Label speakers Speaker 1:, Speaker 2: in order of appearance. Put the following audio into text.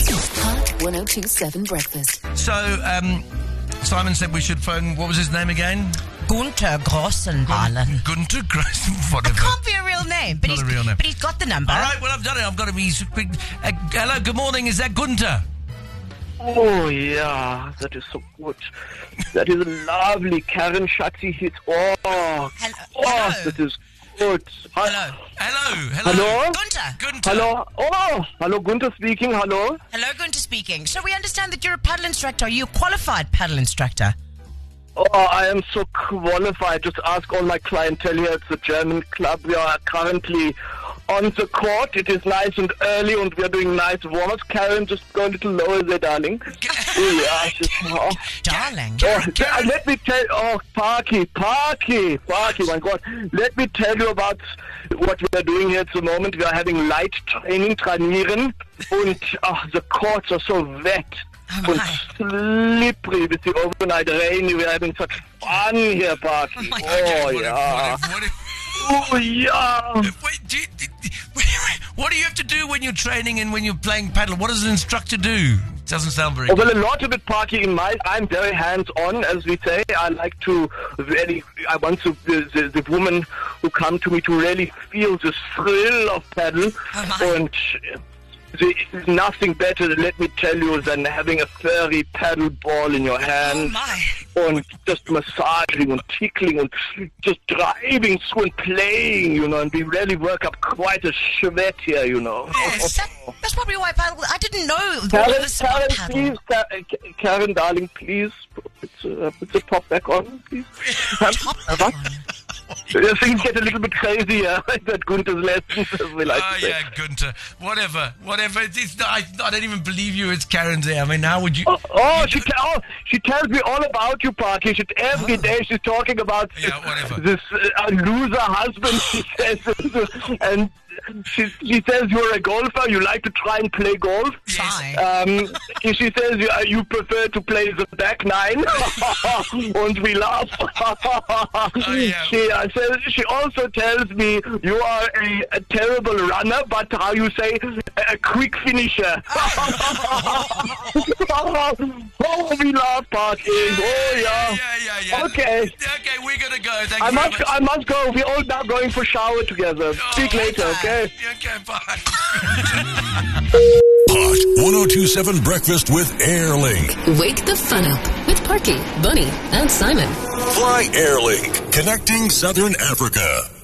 Speaker 1: 1027 Breakfast.
Speaker 2: So, um, Simon said we should phone. What was his name again?
Speaker 3: Gunter Grossenballer.
Speaker 2: Gunter Grayson. Whatever.
Speaker 3: Can't be a real name, but
Speaker 2: Not a
Speaker 3: he's
Speaker 2: real name.
Speaker 3: but he's got the number.
Speaker 2: All right. Well, I've done it. I've got to be. Uh, hello. Good morning. Is that Gunter?
Speaker 4: Oh yeah, that is so good. That is a lovely Karen Schatzi hit. Oh, oh,
Speaker 3: Hel- hello.
Speaker 4: that is good. Hi-
Speaker 3: Hello,
Speaker 2: Hello. Hello.
Speaker 4: Hello?
Speaker 3: Gunter.
Speaker 2: Gunter.
Speaker 4: Hello. Oh, hello, Gunther speaking. Hello.
Speaker 3: Hello, Gunter speaking. So we understand that you're a paddle instructor. Are you a qualified paddle instructor?
Speaker 4: Oh, I am so qualified. Just ask all my clientele here at the German club. We are currently on the court. It is nice and early, and we are doing nice warm-ups. Karen, just go a little lower there, darling. Oh, yeah, just, oh.
Speaker 3: Darling.
Speaker 4: Oh, uh, let me tell. Oh, Parky, Parky, Parky! My God, let me tell you about what we are doing here at the moment. We are having light training, trainieren, and oh, the courts are so wet
Speaker 3: Oh,
Speaker 4: and slippery with the overnight rain. We are having such fun here, Parky.
Speaker 2: my God,
Speaker 4: Oh,
Speaker 2: what if-
Speaker 4: yeah,
Speaker 2: What if, what if,
Speaker 4: oh yeah.
Speaker 2: wait, do you, do- what do you have to do when you're training and when you're playing paddle? What does an instructor do? Doesn't sound very.
Speaker 4: Oh, Well, a lot of it, Parky, in my, I'm very hands-on, as we say. I like to really, I want to, the, the, the women who come to me to really feel the thrill of paddle.
Speaker 3: my.
Speaker 4: and there is nothing better, let me tell you, than having a furry paddle ball in your
Speaker 3: Oh
Speaker 4: hand.
Speaker 3: my.
Speaker 4: and just massaging and tickling and just driving through and playing, you know, and we really work up quite a sweat here, you know.
Speaker 3: Yes, that, that's probably why paddle. I didn't know all of
Speaker 4: Karen,
Speaker 3: this about
Speaker 4: Karen,
Speaker 3: paddle.
Speaker 4: please, Ka- Karen, darling, please, put uh, put the pop back on, please.
Speaker 3: Top
Speaker 4: What?
Speaker 3: one.
Speaker 4: Uh, Things get a little bit crazy uh, at Gunther's lessons, as we like
Speaker 2: Oh
Speaker 4: to say.
Speaker 2: yeah, Gunter. Whatever, whatever. It's, it's not, I, I don't even believe you. It's Karen's there. I mean, how would you?
Speaker 4: Oh, oh, she te- oh, she tells me all about you, Parky. She, every day she's talking about
Speaker 2: Ah. Yeah, whatever.
Speaker 4: this uh, loser husband. She says, and she, she says you're a golfer. You like to try and play golf.
Speaker 3: Try.
Speaker 4: Um, she says you, uh, you prefer to play the back nine, and we laugh.
Speaker 2: Oh, yeah.
Speaker 4: She uh, says she also tells me you are a, a terrible runner, but how you say a, a quick finisher. oh, we laugh, party. Oh yeah.
Speaker 2: Yeah, yeah, yeah.
Speaker 4: Okay.
Speaker 2: Okay, we're gonna go. Thank
Speaker 4: I
Speaker 2: you
Speaker 4: must,
Speaker 2: very much. Oh,
Speaker 4: I must go. We're all now going for shower together. Speak later, okay?
Speaker 2: Okay, bye.
Speaker 5: Hot 1027 Breakfast with Airlink.
Speaker 1: Wake the fun up with Parky, Bunny, and Simon.
Speaker 5: Fly Airlink. Connecting Southern Africa.